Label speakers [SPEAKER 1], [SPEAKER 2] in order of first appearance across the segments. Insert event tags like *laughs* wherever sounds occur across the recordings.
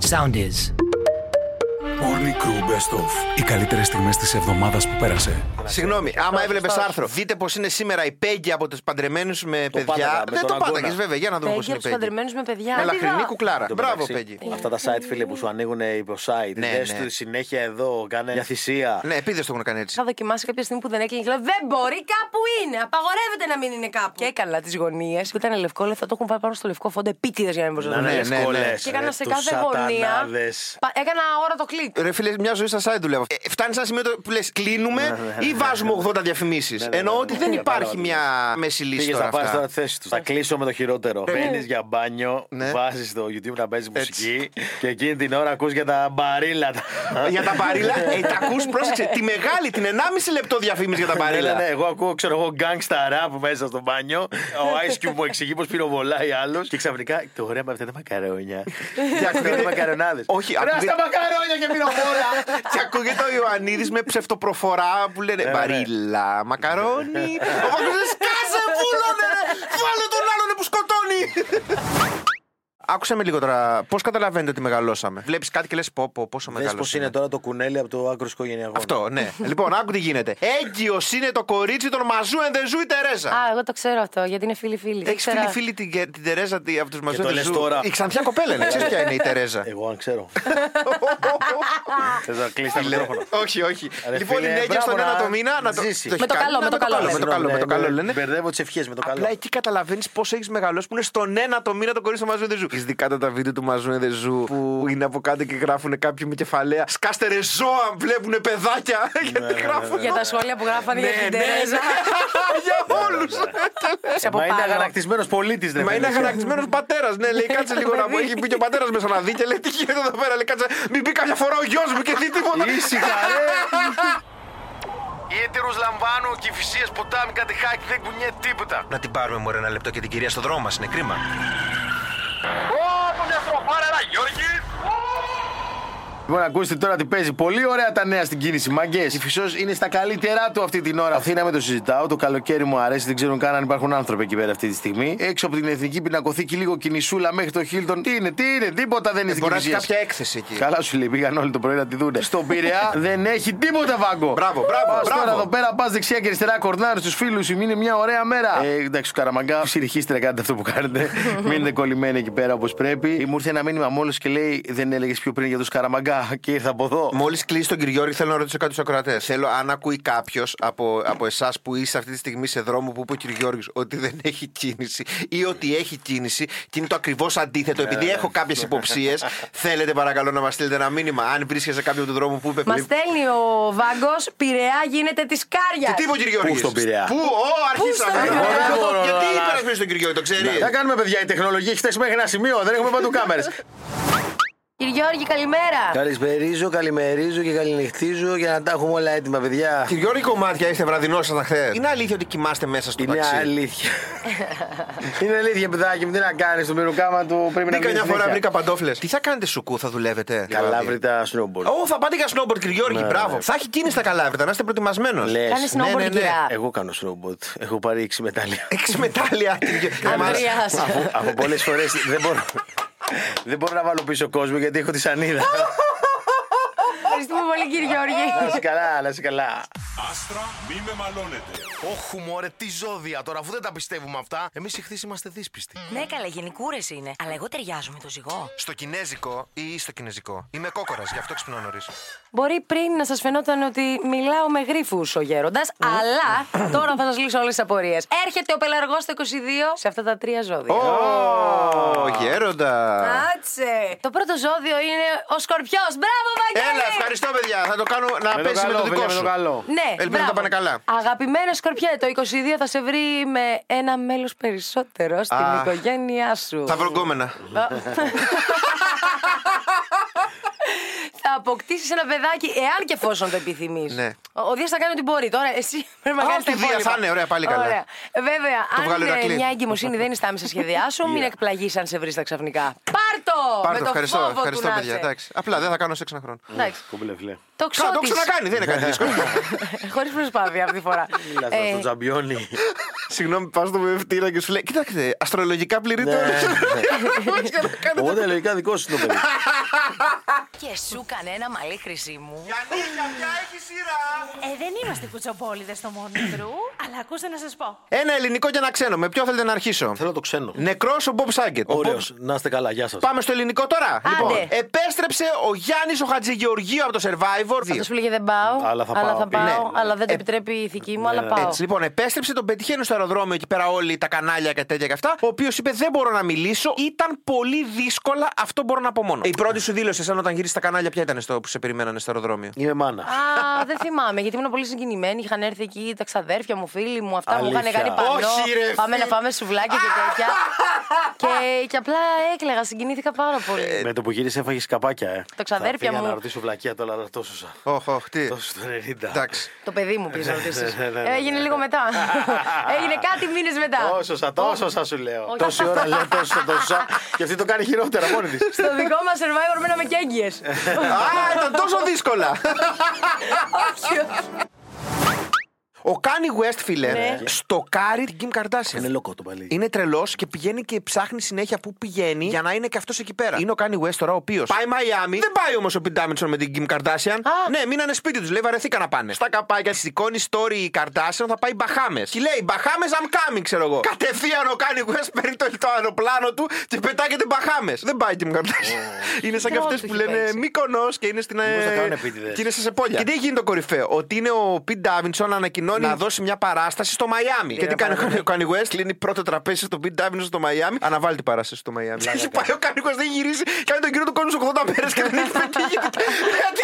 [SPEAKER 1] sound is.
[SPEAKER 2] Morning Crew Best Of. Οι καλύτερες στιγμές της εβδομάδας που πέρασε.
[SPEAKER 3] Συγγνώμη, άμα έβλεπε άρθρο, δείτε πώ είναι σήμερα η Πέγγι από τους παντρεμένους με παιδιά.
[SPEAKER 4] πάταγα, με
[SPEAKER 3] Δεν
[SPEAKER 4] τον
[SPEAKER 3] το
[SPEAKER 4] αγώνα.
[SPEAKER 3] πάταγες, βέβαια, για να δούμε πώ
[SPEAKER 5] Πέγγι
[SPEAKER 3] είναι η
[SPEAKER 5] από τους
[SPEAKER 3] Πέγγι.
[SPEAKER 5] παντρεμένους με παιδιά.
[SPEAKER 3] Μελαχρινή κουκλάρα.
[SPEAKER 4] Εν τω
[SPEAKER 3] Μπράβο,
[SPEAKER 4] μεταξύ,
[SPEAKER 3] Πέγγι.
[SPEAKER 4] Αυτά τα site, φίλε, που σου ανοίγουν υποσite.
[SPEAKER 3] Ναι,
[SPEAKER 4] Ναι,
[SPEAKER 3] ναι.
[SPEAKER 4] ναι. συνέχεια εδώ, κάνε μια θυσία.
[SPEAKER 3] Ναι, επίδες το έχουν κάνει έτσι.
[SPEAKER 5] Είχα δοκιμάσει κάποια στιγμή που δεν έκλεινε. και Λέω, δεν μπορεί, κάπου είναι. Απαγορεύεται να μην είναι κάπου. Και έκανα τις γωνίες που ήταν λευκό, λέει, θα το έχουν βάλει πάνω στο λευκό φόντο επίτηδες για να μην
[SPEAKER 4] Να
[SPEAKER 5] προσβάλλουν.
[SPEAKER 4] είναι
[SPEAKER 3] ναι, ναι.
[SPEAKER 4] ευκολές,
[SPEAKER 5] Και έκανα
[SPEAKER 4] ρε,
[SPEAKER 5] σε
[SPEAKER 4] τους
[SPEAKER 5] κάθε γωνία.
[SPEAKER 4] σατανάδες.
[SPEAKER 5] Πα- Έκανα ώρα το κλικ.
[SPEAKER 3] Ρε φίλε, μια ζωή στα site δουλεύω. Ε, φτάνει σε ένα σημείο το- που λες κλείνουμε ή βάζουμε 80 διαφημίσεις.
[SPEAKER 4] ναι,
[SPEAKER 3] Εννοώ
[SPEAKER 4] ναι,
[SPEAKER 3] ότι
[SPEAKER 4] ναι.
[SPEAKER 3] δεν
[SPEAKER 4] Κατάλαβα
[SPEAKER 3] υπάρχει
[SPEAKER 4] τι
[SPEAKER 3] μια μέση λύση
[SPEAKER 4] Πήγε
[SPEAKER 3] τώρα.
[SPEAKER 4] να πάρει τώρα
[SPEAKER 3] αυτά.
[SPEAKER 4] τη θέση τους. Θα κλείσω με το χειρότερο. Μπαίνεις για μπάνιο,
[SPEAKER 3] Ναι.
[SPEAKER 4] βάζεις το YouTube να παίζεις μουσική και εκείνη την ώρα ακούς για τα μπαρίλα. Ναι, τα-
[SPEAKER 3] Για τα
[SPEAKER 4] *laughs*
[SPEAKER 3] παρήλα, ε, τα ακούς, πρόσεξε. Τη μεγάλη, την 1,5 λεπτό διαφήμιση για τα
[SPEAKER 4] Ναι, ναι,
[SPEAKER 3] παρήλα.
[SPEAKER 4] ναι, εγώ ακούω, ξέρω εγώ, gangsta rap μέσα στο μπάνιο. Ο Ice Cube μου εξηγεί πώς πυροβολάει άλλος. Και ξαφνικά το ωραία με αυτά τα μακαρόνια. Και ακούω τα μακαρονάδες.
[SPEAKER 3] Όχι,
[SPEAKER 4] ρε,
[SPEAKER 3] ακούγεται-
[SPEAKER 4] στα μακαρόνια και πυροβόλα.
[SPEAKER 3] *laughs* Και ακούγεται ο Ιωαννίδης με ψευτοπροφορά που λένε
[SPEAKER 4] ναι.
[SPEAKER 3] Μπαρίλα, μακαρόνι. Ο Παγκοσμίος, σκάσε, βούλωνε! Βάλε τον άλλον που σκοτώνει! Άκουσε με λίγο τώρα. Πώς καταλαβαίνετε ότι μεγαλώσαμε. Βλέπεις κάτι και λες πω, πω, πόσο
[SPEAKER 4] Δες
[SPEAKER 3] μεγάλος.
[SPEAKER 4] πώς είναι τώρα το κουνέλι από το άκρο οικογενειακό.
[SPEAKER 3] Αυτό, ναι.
[SPEAKER 4] *laughs*
[SPEAKER 3] λοιπόν, άκου τι γίνεται. Έγκυος είναι το κορίτσι των Μαζού Εντεζού η Τερέζα.
[SPEAKER 5] Α, εγώ το ξέρω αυτό, γιατί είναι φίλοι-φίλοι. Δεν
[SPEAKER 3] Έχει
[SPEAKER 5] ξέρα-
[SPEAKER 3] φίλη φίλη την, την Τερέζα τη- από τους Μαζού
[SPEAKER 4] το λες
[SPEAKER 3] Εντεζού.
[SPEAKER 4] τώρα.
[SPEAKER 3] Η ξανθιά κοπέλα είναι. Ξέρεις ποια είναι η
[SPEAKER 4] *laughs*
[SPEAKER 3] Τερέζα. *laughs*
[SPEAKER 4] Εγώ αν ξέρω. Θες να κλείσει τα μικρόφωνα.
[SPEAKER 3] όχι, όχι.
[SPEAKER 4] Ρε
[SPEAKER 3] λοιπόν,
[SPEAKER 4] φίλε,
[SPEAKER 3] είναι έγκυο τον
[SPEAKER 4] μπράβο,
[SPEAKER 3] ένα
[SPEAKER 4] να
[SPEAKER 3] το μήνα. να Ναι, το-
[SPEAKER 4] ζήσεις.
[SPEAKER 3] έχει
[SPEAKER 5] Με το
[SPEAKER 3] κάνει.
[SPEAKER 5] καλό,
[SPEAKER 3] Ναι,
[SPEAKER 5] με το καλό,
[SPEAKER 3] Με το καλό, με το καλό λένε.
[SPEAKER 4] ναι, Μπερδεύω τις ευχές με το καλό.
[SPEAKER 3] Απλά εκεί καταλαβαίνεις πόσο έχεις μεγαλώσει που είναι στον ένα το μήνα το κορίτσι του Μαζού Ενδεζού. Έχει δει κάτω τα βίντεο του Μαζού Ενδεζού που είναι από κάτω και γράφουν κάποιοι με κεφαλαία. Σκάστε ρε ζώα, βλέπουν παιδάκια. *laughs* Γιατί γράφουν.
[SPEAKER 5] Για τα σχόλια που γράφανε για την
[SPEAKER 3] Ναι, ναι, ναι. *laughs*
[SPEAKER 5] Τερέζα.
[SPEAKER 3] Για όλους. ναι. *laughs*
[SPEAKER 5] Σε από
[SPEAKER 4] Μα είναι
[SPEAKER 5] πάνω.
[SPEAKER 4] αγανακτισμένος πολίτης, ρε.
[SPEAKER 3] Μα είναι
[SPEAKER 4] φίλε.
[SPEAKER 3] αγανακτισμένος πατέρας. Ναι, λέει κάτσε λίγο να μου. Έχει μπει και ο πατέρας μέσα να δει και λέει τι γίνεται εδώ πέρα. Λέει κάτσε. Μην μπει καμιά φορά ο γιος μου και δει τίποτα.
[SPEAKER 4] Ήσυχα,
[SPEAKER 3] *laughs*
[SPEAKER 4] ρε. Ήτερου λαμβάνω και φυσίε ποτάμι κάτι χάκι δεν κουνιέται τίποτα.
[SPEAKER 3] Να την πάρουμε μωρέ ένα λεπτό και την κυρία στο δρόμο μας. Είναι κρίμα.
[SPEAKER 4] Λοιπόν, ακούστε τώρα τι παίζει. Πολύ ωραία τα νέα στην κίνηση. Μαγκές. Η φυσός είναι στα καλύτερά του αυτή την ώρα. Αθήνα με το συζητάω. Το καλοκαίρι μου αρέσει. Δεν ξέρω καν αν υπάρχουν άνθρωποι εκεί πέρα αυτή τη στιγμή. Έξω από την εθνική πινακοθήκη, λίγο κινησούλα μέχρι το Χίλτον. Τι είναι, τι είναι, τίποτα δεν είναι στην
[SPEAKER 3] Μπορεί να έχει
[SPEAKER 4] κινησία.
[SPEAKER 3] Ε, κάποια έκθεση εκεί.
[SPEAKER 4] Καλά σου λέει, πήγαν όλοι το πρωί να τη δούνε. Στον Πειραιά *laughs* δεν έχει τίποτα βάγκο.
[SPEAKER 3] Μπράβο, μπράβο,
[SPEAKER 4] Πας τώρα
[SPEAKER 3] μπράβο.
[SPEAKER 4] εδώ πέρα, πας δεξιά και αριστερά, κορνάρ στους φίλους σου. Είναι μια ωραία μέρα. Ε, εντάξει, καραμαγκά, ψυχήστε να κάνετε αυτό που *laughs* κάνετε. Μείνετε κολλημένοι εκεί πέρα όπως πρέπει. Μου ήρθε ένα μήνυμα μόλις και λέει δεν έλεγες πιο πριν για τους καραμαγκά και ήρθα από εδώ.
[SPEAKER 3] Μόλις κλείσει τον Κυριόρη, θέλω να ρωτήσω κάτι του ακροατές. Θέλω αν ακούει κάποιος από, από εσάς που είστε αυτή τη στιγμή σε δρόμο που είπε ο Κυριόρη ότι δεν έχει κίνηση ή ότι έχει κίνηση και είναι το ακριβώς αντίθετο. Επειδή έχω κάποιες υποψίες, θέλετε παρακαλώ να μας στείλετε ένα μήνυμα. Αν βρίσκεσαι κάποιον του δρόμου που είπε
[SPEAKER 5] Μας
[SPEAKER 3] πριν.
[SPEAKER 5] στέλνει ο Βάγκος, πειραιά γίνεται της
[SPEAKER 3] Και
[SPEAKER 5] Κάρια.
[SPEAKER 3] τι είπε ο Κυριόρη.
[SPEAKER 4] Πού στον Πειραιά?
[SPEAKER 3] Πού, ω, αρχίσαμε.
[SPEAKER 5] στον Πειραιά?
[SPEAKER 3] Εγώ δεν
[SPEAKER 4] μπορώ
[SPEAKER 3] Γιατί
[SPEAKER 4] να
[SPEAKER 3] υπερασπίζει τον Κυριόρη, το ξέρεις.
[SPEAKER 4] Τα κάνουμε, παιδιά. Η τεχνολογία έχει φτάσει μέχρι ένα σημείο. Δεν έχουμε παντού κάμερες. *laughs*
[SPEAKER 5] Κύριε Γιώργη, καλημέρα.
[SPEAKER 4] Καλησπερίζω, καλημερίζω και καληνυχτίζω για να τα έχουμε όλα έτοιμα, παιδιά.
[SPEAKER 3] Κυριόρη, κομμάτια είστε βραδινός σα χθες. Είναι αλήθεια ότι κοιμάστε μέσα στο
[SPEAKER 4] Είναι
[SPEAKER 3] ταξί.
[SPEAKER 4] *laughs* αλήθεια. Είναι αλήθεια, παιδάκι μου, τι να κάνεις. Το μυροκάμα του πρέπει να
[SPEAKER 3] Μπήκα μια
[SPEAKER 4] μείνει
[SPEAKER 3] φορά,
[SPEAKER 4] συνέχεια.
[SPEAKER 3] βρήκα παντόφλες. Τι θα κάνετε σουκού, θα δουλεύετε.
[SPEAKER 4] Καλά
[SPEAKER 3] δηλαδή.
[SPEAKER 4] βρήκα snowboard. Ναι,
[SPEAKER 3] Ω, θα πάτε για snowboard, κύριε Γιώργη. Μπράβο. Θα έχει κίνηση τα καλάβρητα, να είστε προετοιμασμένος.
[SPEAKER 4] Λες.
[SPEAKER 5] Κάνει
[SPEAKER 3] Ναι,
[SPEAKER 5] snowboard,
[SPEAKER 3] ναι, ναι.
[SPEAKER 5] κυρά.
[SPEAKER 4] Εγώ κάνω snowboard. Έχω πάρει 6 μετάλλια.
[SPEAKER 3] Έχει μετάλλια.
[SPEAKER 5] *laughs* Ανδρέας.
[SPEAKER 4] Αφού- Από πολλές φορές δεν μπορώ. Δεν μπορώ να βάλω πίσω κόσμο γιατί έχω τη σανίδα.
[SPEAKER 5] Ευχαριστούμε πολύ, κύριε
[SPEAKER 4] να
[SPEAKER 5] Γιώργη.
[SPEAKER 4] είσαι καλά, να είσαι καλά.
[SPEAKER 2] Άστρα, μη με μαλώνετε.
[SPEAKER 6] Όχι, μωρέ, τι ζώδια τώρα, αφού δεν τα πιστεύουμε αυτά. Εμείς οι χθες είμαστε δύσπιστοι.
[SPEAKER 7] Ναι, καλά, γενικούρες είναι. Αλλά εγώ ταιριάζω με το ζυγό.
[SPEAKER 3] Στο κινέζικο ή στο κινέζικο. Είμαι κόκορας, γι' αυτό ξυπνώ νωρίς.
[SPEAKER 5] Μπορεί πριν να σας φαινόταν ότι μιλάω με γρήφου ο γέροντας,
[SPEAKER 3] Ναι.
[SPEAKER 5] αλλά τώρα θα σας λύσω όλες τις απορίες. Έρχεται ο πελαργός το 22 σε αυτά τα τρία ζώδια.
[SPEAKER 3] Ω, γέροντα.
[SPEAKER 5] Κάτσε! Το πρώτο ζώδιο είναι ο σκορπιός. Μπράβο, Βαγγέλη!
[SPEAKER 3] Έλα, ευχαριστώ, παιδιά. Θα το κάνω να
[SPEAKER 4] Με το
[SPEAKER 3] πέσει με
[SPEAKER 4] καλό,
[SPEAKER 3] το
[SPEAKER 4] παιδιά,
[SPEAKER 3] δικό
[SPEAKER 4] με το
[SPEAKER 3] σου.
[SPEAKER 4] καλό.
[SPEAKER 5] Ναι,
[SPEAKER 3] Ελπίζω να τα
[SPEAKER 5] μπράβο.
[SPEAKER 3] πάνε καλά.
[SPEAKER 5] Αγαπημένα Σκορπιέ, το 22 θα σε βρει με ένα μέλος περισσότερο στην
[SPEAKER 3] Α.
[SPEAKER 5] οικογένειά σου.
[SPEAKER 3] Τα βρωγκόμενα.
[SPEAKER 5] Θα αποκτήσεις ένα παιδάκι, εάν και εφόσον το επιθυμείς.
[SPEAKER 3] Ναι.
[SPEAKER 5] Ο, ο Δίας θα κάνει ό,τι μπορεί. Τώρα εσύ *laughs* πρέπει να
[SPEAKER 3] Α,
[SPEAKER 5] κάνει τα
[SPEAKER 3] όχι, Δία,
[SPEAKER 5] υπόλοιπα.
[SPEAKER 3] θα είναι, ωραία, πάλι καλά.
[SPEAKER 5] Ωραία. Βέβαια,
[SPEAKER 3] βγάλω
[SPEAKER 5] αν ε,
[SPEAKER 3] Ηρακλή.
[SPEAKER 5] μια εγκυμοσύνη δεν ιστάμει στα σχέδιά
[SPEAKER 3] *laughs*
[SPEAKER 5] σου, μην εκπλαγείς αν σε βρει τα ξαφνικά. Πάρτο!
[SPEAKER 3] Πάρ'
[SPEAKER 5] Με
[SPEAKER 3] το,
[SPEAKER 5] το
[SPEAKER 3] ευχαριστώ,
[SPEAKER 5] φόβο του
[SPEAKER 3] ευχαριστώ,
[SPEAKER 5] να
[SPEAKER 3] παιδιά.
[SPEAKER 5] είσαι.
[SPEAKER 3] Εντάξει. Απλά δεν θα κάνω σεξ ένα χρόνο.
[SPEAKER 5] Εντάξει.
[SPEAKER 4] Κομπλε φιλέ.
[SPEAKER 5] Το
[SPEAKER 3] Κα- Το
[SPEAKER 5] ξώτης. *laughs*
[SPEAKER 3] ξανακάνει, δεν είναι
[SPEAKER 4] *laughs*
[SPEAKER 3] κάτι δύσκολο.
[SPEAKER 5] Χωρίς προσπάθεια αυτή τη φορά.
[SPEAKER 4] Μιλάς
[SPEAKER 5] Ε,
[SPEAKER 4] τώρα
[SPEAKER 5] *laughs*
[SPEAKER 4] στον τζαμπιόνι.
[SPEAKER 3] Συγγνώμη, πας στο βεβαιωτήρα και σου λέει: Κοιτάξτε, αστρολογικά πληρείται
[SPEAKER 4] Ναι.
[SPEAKER 3] όλο. Όχι, για να κάνω.
[SPEAKER 4] Οπότε λογικά δικό σου το παιδί.
[SPEAKER 7] Και σου κανένα μαλλί χρυσή μου.
[SPEAKER 1] Ε, δεν είμαστε κουτσομπόλιδε στο Μόνιτρου, αλλά ακούστε να σας πω.
[SPEAKER 3] Ένα ελληνικό και ένα ξένο. Με ποιο θέλετε να αρχίσω.
[SPEAKER 4] Θέλω το ξένο.
[SPEAKER 3] Νεκρός ο Μπομπ Σάγκετ. Ο
[SPEAKER 4] Ωραίο.
[SPEAKER 3] Μπομ-
[SPEAKER 4] Να είστε καλά, γεια σας.
[SPEAKER 3] Πάμε στο ελληνικό τώρα.
[SPEAKER 5] Άντε.
[SPEAKER 3] Λοιπόν, επέστρεψε ο Γιάννης ο Χατζηγεωργίου από το Survivor.
[SPEAKER 5] Αυτό που λέγε δεν πάω,
[SPEAKER 4] Αλλά θα πάω. ναι,
[SPEAKER 5] πάω,
[SPEAKER 3] Ναι.
[SPEAKER 5] αλλά δεν το
[SPEAKER 3] Ε,
[SPEAKER 5] επιτρέπει η ηθική μου, αλλά πάω.
[SPEAKER 3] Έτσι, λοιπόν, επέστρεψε, τον πετυχαίνουν στο αεροδρόμιο εκεί πέρα όλοι τα κανάλια και τέτοια και αυτά. Ο οποίος είπε: Δεν μπορώ να μιλήσω. Ήταν πολύ δύσκολα, αυτό μπορώ να πω μόνο. Η πρώτη σου δήλωση, σαν όταν γυρίσει τα κανάλια, ποια ήταν στο που σε περιμένανε στο αεροδρόμιο.
[SPEAKER 4] Είμαι μάνα.
[SPEAKER 5] Α, δεν θυμάμαι, γιατί ήμουν πολύ συγκινημένη. Είχαν έρθει εκεί τα ξαδέρφια μου, φίλοι μου, αυτά μου είχαν
[SPEAKER 4] Αλήθεια.
[SPEAKER 5] κάνει πανό.
[SPEAKER 3] Όχι, ρε,
[SPEAKER 5] πάμε
[SPEAKER 3] φίλε.
[SPEAKER 5] να πάμε σουβλάκια και
[SPEAKER 4] *laughs*
[SPEAKER 5] τέτοια. και, και απλά έκλαιγα, συγκινήθηκα πάρα πολύ.
[SPEAKER 4] Με το που γύρισε έφαγες καπάκια, ε.
[SPEAKER 5] Το ξαδέρφια
[SPEAKER 4] Θα πήγα
[SPEAKER 5] μου.
[SPEAKER 4] να ρωτήσω βλακία τώρα, αλλά τόσο σα.
[SPEAKER 3] Οχ, οχ, τι.
[SPEAKER 4] Τόσο στο 90.
[SPEAKER 3] Εντάξει.
[SPEAKER 5] Το παιδί μου πήγε να ρωτήσεις.
[SPEAKER 4] ναι, ναι, ναι,
[SPEAKER 5] Έγινε
[SPEAKER 4] ναι.
[SPEAKER 5] λίγο
[SPEAKER 4] *laughs*
[SPEAKER 5] μετά. Έγινε κάτι μήνες μετά.
[SPEAKER 4] Τόσο σα, τόσο σα σου λέω.
[SPEAKER 5] Όχι.
[SPEAKER 4] Τόση ώρα λέω τόσο σα, τόσο σα. Και αυτή το κάνει χειρότερα μόνη της.
[SPEAKER 5] Στο δικό μας survivor μείναμε και έγκυες.
[SPEAKER 3] Α,
[SPEAKER 4] *laughs*
[SPEAKER 3] ήταν τόσο δύσκολα. Ο Κάνι West, φίλε,
[SPEAKER 5] Ναι.
[SPEAKER 3] στοκάρει την Kim Kardashian.
[SPEAKER 4] Είναι λόκο το παλί.
[SPEAKER 3] Είναι τρελός και πηγαίνει και ψάχνει συνέχεια πού πηγαίνει για να είναι και αυτός εκεί πέρα. Είναι ο Κάνι West τώρα ο οποίος πάει Μαϊάμι. Δεν πάει όμως ο Πιν Ντάμινσον με την Kim Kardashian.
[SPEAKER 5] Α.
[SPEAKER 3] Ναι, μείνανε σπίτι τους. Λέει βαρεθήκα να πάνε. Στα καπάκια σηκώνει story η Kardashian θα πάει Μπαχάμε. Και λέει Μπαχάμε I'm coming, ξέρω εγώ. Κατευθείαν ο Κάνι West παίρνει το, το αεροπλάνο του και πετάγεται Μπαχάμε. Δεν πάει η Kim Kardashian. είναι σαν και
[SPEAKER 5] Τρόλ
[SPEAKER 3] αυτέ
[SPEAKER 5] του
[SPEAKER 3] που
[SPEAKER 5] έχει
[SPEAKER 3] λένε
[SPEAKER 5] παίξει.
[SPEAKER 3] Μήκονο και είναι στην. ε,
[SPEAKER 4] Μήπως τα κάνουν επίτηδες.
[SPEAKER 3] Και είναι σε σεπόλια. Και τι γίνει το κορυφαίο. Ότι είναι ο Πιν Ντάμινσον ανακοινώνει να δώσει μια παράσταση στο Μαϊάμι. Και τι κάνει ο Kanye- ο Kanye West, κλείνει πρώτο τραπέζι στο Πιν Ντάμινσον στο Μαϊάμι. Αναβάλει την παράσταση στο Μαϊάμι. Έχει πάει ο Kanye West, δεν έχει γυρίσει. Κάνει τον κύριο του κόσμου σε 80 μέρες και δεν έχει *laughs* πετύχει την-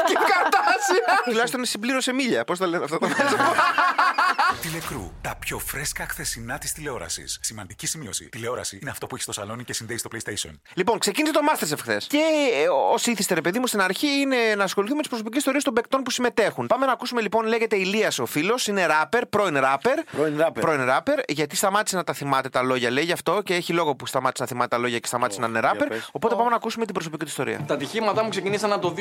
[SPEAKER 3] την Kim Kardashian. Τουλάχιστον συμπλήρωσε μίλια. Πώς τα λένε *laughs* αυτά τα
[SPEAKER 2] Τηλεκρού. Τα πιο φρέσκα χθεσινά της τηλεόρασης. Σημαντική σημείωση. Τηλεόραση είναι αυτό που έχει στο σαλόνι και συνδέει στο PlayStation.
[SPEAKER 3] Λοιπόν, ξεκίνησε το Masterchef χθες. Και ε, ω ήθιστε, ρε παιδί μου, στην αρχή είναι να ασχοληθούμε με τις προσωπικές ιστορίες των παικτών που συμμετέχουν. Πάμε να ακούσουμε λοιπόν, λέγεται Ηλίας ο φίλος, είναι ράπερ, πρώην ράπερ.
[SPEAKER 4] Πρώην ράπερ.
[SPEAKER 3] Πρώην ράπερ, γιατί σταμάτησε να τα θυμάται τα λόγια, λέει γι' αυτό και έχει λόγο που σταμάτησε να θυμάται τα λόγια και σταμάτησε να είναι ράπερ.
[SPEAKER 4] πες.
[SPEAKER 3] Οπότε πάμε να ακούσουμε την προσωπική του ιστορία.
[SPEAKER 8] Τα ατυχήματά μου ξεκινήσαν από το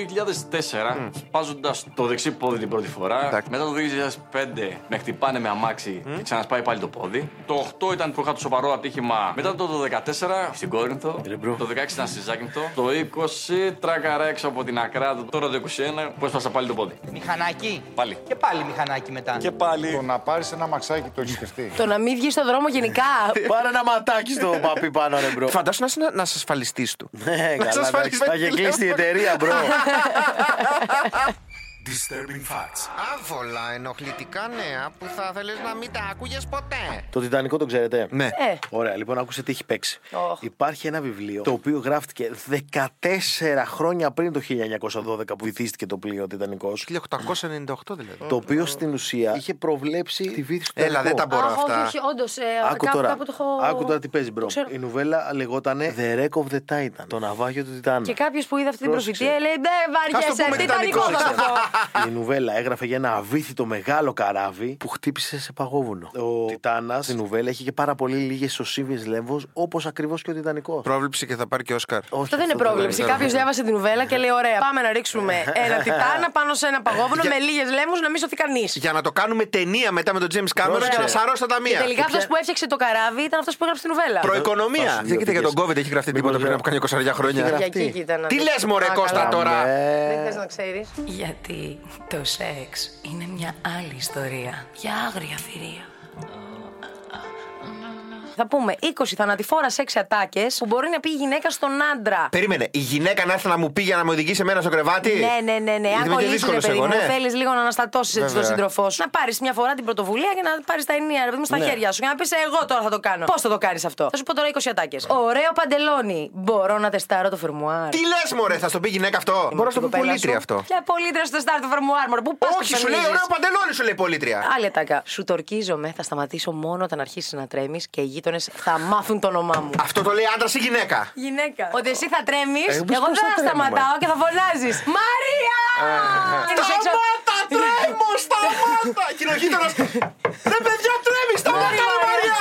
[SPEAKER 8] 2004, σπάζοντα το δεξί πόδι την πρώτη φορά.
[SPEAKER 3] Εντάξει.
[SPEAKER 8] Μετά το 2005 με χτυπάνε με αμάξι και ξανασπάει πάλι το πόδι. Το 8 ήταν που είχα το σοβαρό ατύχημα. Μετά το 14 στην Κόρινθο.
[SPEAKER 4] Λεμπρού.
[SPEAKER 8] Το 16 ήταν στη Ζάκυνθο. Το 20 τράκαρα έξω από την Ακράτο. Τώρα το 21 που έσπασα πάλι το πόδι.
[SPEAKER 9] Μηχανάκι.
[SPEAKER 8] Πάλι.
[SPEAKER 9] Και πάλι μηχανάκι μετά.
[SPEAKER 8] Και πάλι.
[SPEAKER 10] Το να πάρεις ένα μαξάκι το έχεις σκεφτεί.
[SPEAKER 5] Το να μην βγεις στον δρόμο γενικά.
[SPEAKER 4] Πάρε ένα ματάκι στο παπί πάνω, ρε μπρο.
[SPEAKER 3] Φαντάσου να είσαι να, σας ασφαλιστή του.
[SPEAKER 4] Ναι,
[SPEAKER 3] σας
[SPEAKER 4] καλά, εντάξει,
[SPEAKER 3] ασφαλιστεί
[SPEAKER 4] θα είχε
[SPEAKER 3] τη
[SPEAKER 4] κλείσει η εταιρεία, *laughs* μπρο.
[SPEAKER 2] Disturbing facts.
[SPEAKER 9] Άβολα, ενοχλητικά νέα που θα θέλεις να μην τα άκουγες ποτέ.
[SPEAKER 4] Το Τιτανικό το ξέρετε.
[SPEAKER 3] Ναι.
[SPEAKER 5] Ε,
[SPEAKER 4] Ωραία, λοιπόν, άκουσε τι έχει παίξει.
[SPEAKER 5] Ωχ.
[SPEAKER 4] Υπάρχει ένα βιβλίο το οποίο γράφτηκε 14 χρόνια πριν το 1912 που βυθίστηκε το πλοίο Τιτανικό.
[SPEAKER 3] 1898 δηλαδή.
[SPEAKER 4] Το οποίο στην ουσία είχε προβλέψει τη βύθιση του
[SPEAKER 3] Έλα, δεν
[SPEAKER 4] Τιτανικού.
[SPEAKER 3] τα μπορώ
[SPEAKER 5] αχ, όχι,
[SPEAKER 3] αυτά.
[SPEAKER 5] όχι, όντω.
[SPEAKER 4] Άκου
[SPEAKER 5] Ε, Κάπου
[SPEAKER 4] τώρα,
[SPEAKER 5] κάπου το έχω.
[SPEAKER 4] άκου τώρα τι παίζει, μπρο.
[SPEAKER 5] ξέρω.
[SPEAKER 4] Η νουβέλα λεγότανε The Wreck of the Titan. Το ναυάγιο του Τιτάνου.
[SPEAKER 5] Και κάποιος που είδε αυτή την «Ναι,
[SPEAKER 4] Πρόσεξε.
[SPEAKER 5] προφητεία λέει Δεν
[SPEAKER 3] Ας το
[SPEAKER 5] βαριέσαι,
[SPEAKER 3] πούμε
[SPEAKER 5] τιτανικό
[SPEAKER 3] Τιτανικός,
[SPEAKER 5] θα πω.
[SPEAKER 4] Η νουβέλα έγραφε για ένα αβύθιτο μεγάλο καράβι που χτύπησε σε παγόβουνο. Ο Τιτάνα στην νουβέλα έχει και πάρα πολύ λίγες ισοσύμβιε λέμβος, όπως ακριβώς και ο Τιτανικός.
[SPEAKER 3] Πρόβλεψη και θα πάρει και Όσκαρ.
[SPEAKER 5] Αυτό δεν είναι πρόβλεψη. Ναι. Κάποιος διάβασε την νουβέλα και λέει: Ωραία, πάμε να ρίξουμε ένα τιτάνα πάνω σε ένα παγόβουνο με λίγες λέμου να μην σωθεί κανείς.
[SPEAKER 3] Για να το κάνουμε ταινία μετά με τον James Cameron
[SPEAKER 4] Πρόσεξε.
[SPEAKER 3] και να σαρώσει τα
[SPEAKER 5] Και
[SPEAKER 3] ταμεία.
[SPEAKER 5] τελικά αυτός που έφτιαξε το καράβι ήταν αυτός που έγραψε την νουβέλα.
[SPEAKER 4] Θα
[SPEAKER 3] Προοικονομία.
[SPEAKER 4] σου
[SPEAKER 3] Δεν κοίτα για τον
[SPEAKER 4] διορθωτικές.
[SPEAKER 3] COVID έχει γραφτεί
[SPEAKER 4] Μήπως
[SPEAKER 3] τίποτα πριν
[SPEAKER 4] λέω.
[SPEAKER 3] από κάνει 20 χρόνια.
[SPEAKER 4] γραφτεί.
[SPEAKER 5] Για εκεί ήταν. ναι.
[SPEAKER 3] Τι λες, μωρέ,
[SPEAKER 5] Α,
[SPEAKER 3] Κώστα,
[SPEAKER 5] καλά.
[SPEAKER 3] τώρα.
[SPEAKER 5] Δεν θες να ξέρεις.
[SPEAKER 7] Γιατί το σεξ είναι μια άλλη ιστορία. Για άγρια θηρία.
[SPEAKER 5] Θα πούμε 20 θανατηφόρα σεξ ατάκες που μπορεί να πει η γυναίκα στον άντρα.
[SPEAKER 3] Περίμενε, η γυναίκα να έρθει να μου πει για να με οδηγήσει εμένα στο κρεβάτι.
[SPEAKER 5] Ναι, ναι, ναι. ναι.
[SPEAKER 3] Γιατί είμαι
[SPEAKER 5] Αν
[SPEAKER 3] και
[SPEAKER 5] κολλήσεις, ρε
[SPEAKER 3] δύσκολος
[SPEAKER 5] παιδί
[SPEAKER 3] εγώ,
[SPEAKER 5] μου,
[SPEAKER 3] ναι.
[SPEAKER 5] θέλεις λίγο να αναστατώσεις έτσι τον
[SPEAKER 3] Βέβαια.
[SPEAKER 5] σύντροφό σου. Να πάρεις μια φορά την πρωτοβουλία και να πάρεις τα ενία, ρε παιδί μου,
[SPEAKER 3] Ναι.
[SPEAKER 5] στα χέρια σου. Και να πεις, Εγώ τώρα θα το κάνω. Πώς θα το κάνεις αυτό. Θα σου πω τώρα 20 ατάκες. Ωραίο παντελόνι. Μπορώ να τεστάρω το φερμουάρ.
[SPEAKER 3] Τι λες, μωρέ, θα στο πει γυναίκα αυτό. Μπορώ να
[SPEAKER 5] Την
[SPEAKER 3] στο πει
[SPEAKER 5] κοπέλα
[SPEAKER 3] πολίτρια
[SPEAKER 5] Ε, σου.
[SPEAKER 3] αυτό.
[SPEAKER 5] Ποια πολίτρια στο τεστάρω το φερμουάρ, μωρέ. Πού πας
[SPEAKER 3] Όχι, σου λέει ωραίο παντελόνι, σου λέει πολίτρια.
[SPEAKER 5] Άλλη ατάκα. Σου τορκίζομαι, θα σταματήσω μόνο όταν αρχίσεις να τρέμεις και οι γείτονε θα μάθουν το όνομά μου.
[SPEAKER 3] Αυτό το λέει άντρας ή γυναίκα.
[SPEAKER 5] Γυναίκα. Ότι εσύ θα τρέμεις,
[SPEAKER 4] Ε,
[SPEAKER 5] εγώ
[SPEAKER 4] πώς
[SPEAKER 5] δεν
[SPEAKER 4] θα
[SPEAKER 5] θα
[SPEAKER 4] τρέμουμε.
[SPEAKER 5] σταματάω και θα φωνάζεις. Μαρία! Σταμάτα,
[SPEAKER 3] τρέμω,
[SPEAKER 5] *laughs*
[SPEAKER 3] σταμάτα! Κοινογείτονας, ρε παιδιά τρέμει,
[SPEAKER 5] Ναι,
[SPEAKER 3] σταμάτα ρε Μαρία!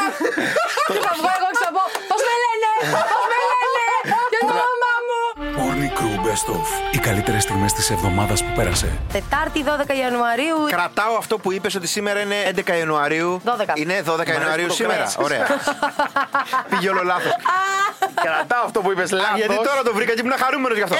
[SPEAKER 5] *laughs* Και θα βγω και θα πω, πώς με λένε, πώς με λένε, για το όνομά μου.
[SPEAKER 2] Morning Crew Best Of. Οι καλύτερες στιγμές της εβδομάδας που πέρασε.
[SPEAKER 5] Τετάρτη 12 Ιανουαρίου.
[SPEAKER 3] Κρατάω αυτό που είπες ότι σήμερα είναι 11 Ιανουαρίου.
[SPEAKER 5] 12.
[SPEAKER 3] Είναι 12
[SPEAKER 4] που
[SPEAKER 3] Ιανουαρίου
[SPEAKER 4] το
[SPEAKER 3] σήμερα.
[SPEAKER 4] κράτησες.
[SPEAKER 3] Ωραία. Πήγε όλο λάθος.
[SPEAKER 4] Κρατάω αυτό που είπες λάθο.
[SPEAKER 3] Γιατί τώρα το βρήκα και ήμουν χαρούμενος γι' αυτό. 11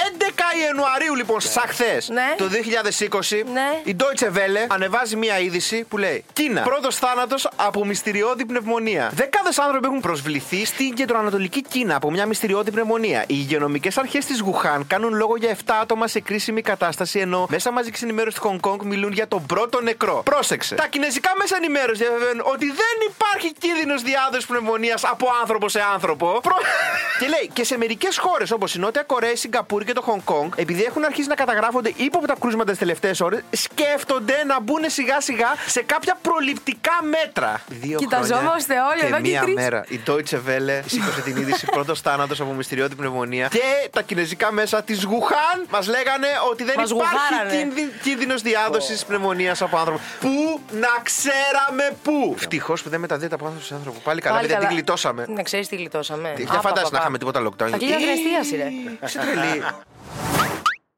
[SPEAKER 3] Ιανουαρίου λοιπόν, σαν χθες
[SPEAKER 5] Ναι.
[SPEAKER 3] το 2020,
[SPEAKER 5] Ναι.
[SPEAKER 3] η Deutsche Welle ανεβάζει μία είδηση που λέει Κίνα. Πρώτος θάνατος από μυστηριώδη πνευμονία. Δεκάδες άνθρωποι έχουν προσβληθεί στην κεντροανατολική Κίνα από μια μυστηριώδη πνευμονία. Οι υγειονομικές αρχές της Γουχάν κάνουν λόγο για 7 άτομα σε κρίσιμη κατάσταση, ενώ μέσα μαζικής ενημέρωσης του Χονγκ Κονγκ μιλούν για τον πρώτο νεκρό. Πρόσεξε. Τα κινέζικα μέσα ενημέρωσης διαβεβαίνουν ότι δεν υπάρχει κίνδυνος διάδοσης πνευμονίας από άνθρωπο σε άνθρωπο. Προ- *laughs* και λέει και σε μερικές χώρες όπως η Νότια Κορέα, η Σιγκαπούρη και το Χονγκ Κονγκ, επειδή έχουν αρχίσει να καταγράφονται ύποπτα κρούσματα τις τελευταίες ώρες, σκέφτονται να μπουν σιγά σιγά σε κάποια προληπτικά μέτρα. Δύο
[SPEAKER 5] Κοιταζόμαστε
[SPEAKER 3] χρόνια
[SPEAKER 5] όλοι
[SPEAKER 3] και
[SPEAKER 5] εδώ και
[SPEAKER 3] μία
[SPEAKER 5] τρεις.
[SPEAKER 3] μέρα. Η Deutsche Welle σήκωσε την είδηση πρώτος θάνατος από μυστηριώδη πνευμονία και τα κινέζικα μέσα της Γουχάν μας λέγανε ότι δεν
[SPEAKER 5] Μας γουχάρανε.
[SPEAKER 3] υπάρχει κίνδυνος διάδοσης πνευμονίας από άνθρωπο. Πού να ξέραμε πού. Ευτυχώς που δεν μεταδίδεται από άνθρωπος σε άνθρωπο. Πάλι καλά,
[SPEAKER 5] Πάλι
[SPEAKER 3] γιατί
[SPEAKER 5] καλά.
[SPEAKER 3] γλιτώσαμε.
[SPEAKER 5] Ναι, ξέρεις τι γλιτώσαμε.
[SPEAKER 3] Τι-
[SPEAKER 5] Απα,
[SPEAKER 3] Δεν φαντάζεσαι
[SPEAKER 5] απα,
[SPEAKER 3] να
[SPEAKER 5] απα.
[SPEAKER 3] είχαμε τίποτα lockdown.
[SPEAKER 5] Τα κλείνω
[SPEAKER 3] Ε,
[SPEAKER 5] την εστίαση, ρε.
[SPEAKER 3] Είσαι τρελή.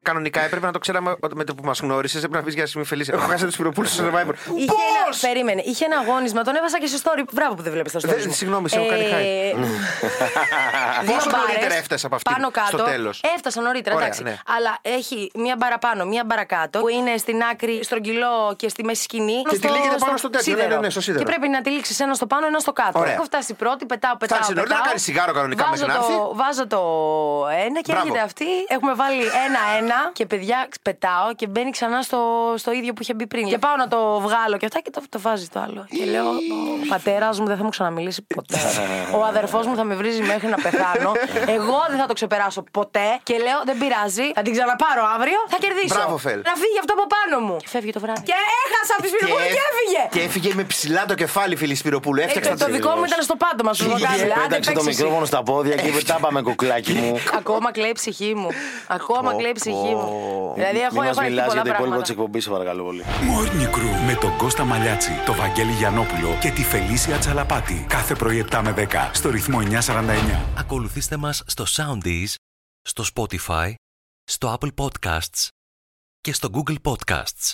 [SPEAKER 3] Κανονικά έπρεπε να το ξέραμε ότι με το που μας γνώρισες. Έπρεπε να πεις για σημείο φελή. Έχω χάσει τους πυροπούλου στο survivor.
[SPEAKER 5] Είχε
[SPEAKER 3] Πώ!
[SPEAKER 5] Ένα, περίμενε, είχε ένα αγώνισμα, τον έβασα και σε story. Μπράβο που δεν βλέπεις τα story. Ε,
[SPEAKER 3] Δεν- συγγνώμη, σε έχω κάνει high.
[SPEAKER 5] δύο
[SPEAKER 3] Πόσο
[SPEAKER 5] μπάρες,
[SPEAKER 3] νωρίτερα έφτασε από αυτήν,
[SPEAKER 5] Πάνω κάτω.
[SPEAKER 3] στο τέλος.
[SPEAKER 5] Έφτασα νωρίτερα,
[SPEAKER 3] Ωραία,
[SPEAKER 5] εντάξει.
[SPEAKER 3] ναι.
[SPEAKER 5] Αλλά έχει μία παραπάνω, μία παρακάτω που είναι στην άκρη, στρογγυλό και στη μέση σκηνή.
[SPEAKER 3] Και τη λύγεται πάνω στο τέτοιο, ναι, ναι, ναι, στο σίδερο.
[SPEAKER 5] Και πρέπει να τη λήξεις ένα στο πάνω, ένα στο κάτω.
[SPEAKER 3] Ωραία.
[SPEAKER 5] Έχω φτάσει πρώτη, πετάω, πετάω.
[SPEAKER 3] Φτάνεις νωρίτερα,
[SPEAKER 5] πετάω.
[SPEAKER 3] κάνεις σιγάρο κανονικά
[SPEAKER 5] βάζω
[SPEAKER 3] μέχρι να
[SPEAKER 5] το-
[SPEAKER 3] έρθει.
[SPEAKER 5] Βάζω το ένα και
[SPEAKER 3] Μπράβο.
[SPEAKER 5] έρχεται αυτή. Έχουμε βάλει ένα-ένα και παιδιά πετάω και μπαίνει ξανά στο, στο ίδιο που είχε μπει πριν. Και πάω να το βγάλω και αυτά και το, το βάζει το άλλο. Και λέω, ο πατέρας μου δεν θα μου ξαναμιλήσει ποτέ. Ο αδερφός μου θα με βρίζει μέχρι να πεθάνω. Εγώ δεν θα το ξεπεράσω ποτέ. Και λέω, δεν πειράζει, θα την ξαναπάρω αύριο, θα κερδίσω.
[SPEAKER 3] Μπράβο, Φελ.
[SPEAKER 5] Να φύγει αυτό από πάνω μου. Και φεύγει το βράδυ. Και έχασα από τη
[SPEAKER 3] Και
[SPEAKER 5] σπιροπούλα και έφυγε.
[SPEAKER 3] έφ- Και έφυγε με ψηλά το κεφάλι, φίλη Σπυροπούλου. Έφτιαξα
[SPEAKER 5] Ε, το
[SPEAKER 3] τη-
[SPEAKER 5] δικό μου ήταν στο πάντομα, σου το
[SPEAKER 3] Φύγε,
[SPEAKER 5] κάνω. Άντε,
[SPEAKER 4] Πέταξε το
[SPEAKER 5] παίξε εσύ.
[SPEAKER 4] μικρόφωνο στα πόδια και είπε τάπα με κουκλάκι μου.
[SPEAKER 5] Ακόμα κλαίει η ψυχή μου. Ακόμα κλαίει η ψυχή μου. Δηλαδή, έχω
[SPEAKER 4] Μην
[SPEAKER 5] έχω
[SPEAKER 4] μας
[SPEAKER 5] ανοιχτεί
[SPEAKER 4] μιλάς για
[SPEAKER 5] πολλά
[SPEAKER 4] το υπόλοιπο της
[SPEAKER 5] πράγματα.
[SPEAKER 4] εκπομπής, σε παρακαλώ πολύ.
[SPEAKER 2] Morning Crew με τον Κώστα Μαλιάτση, τον Βαγγέλη Γιανόπουλο και τη Φελίσια Τσαλαπάτη. Κάθε πρωί 7 με 10 στο ρυθμό 949.
[SPEAKER 11] Ακολουθήστε μας στο Soundees, στο Spotify, στο Apple Podcasts και στο Google Podcasts.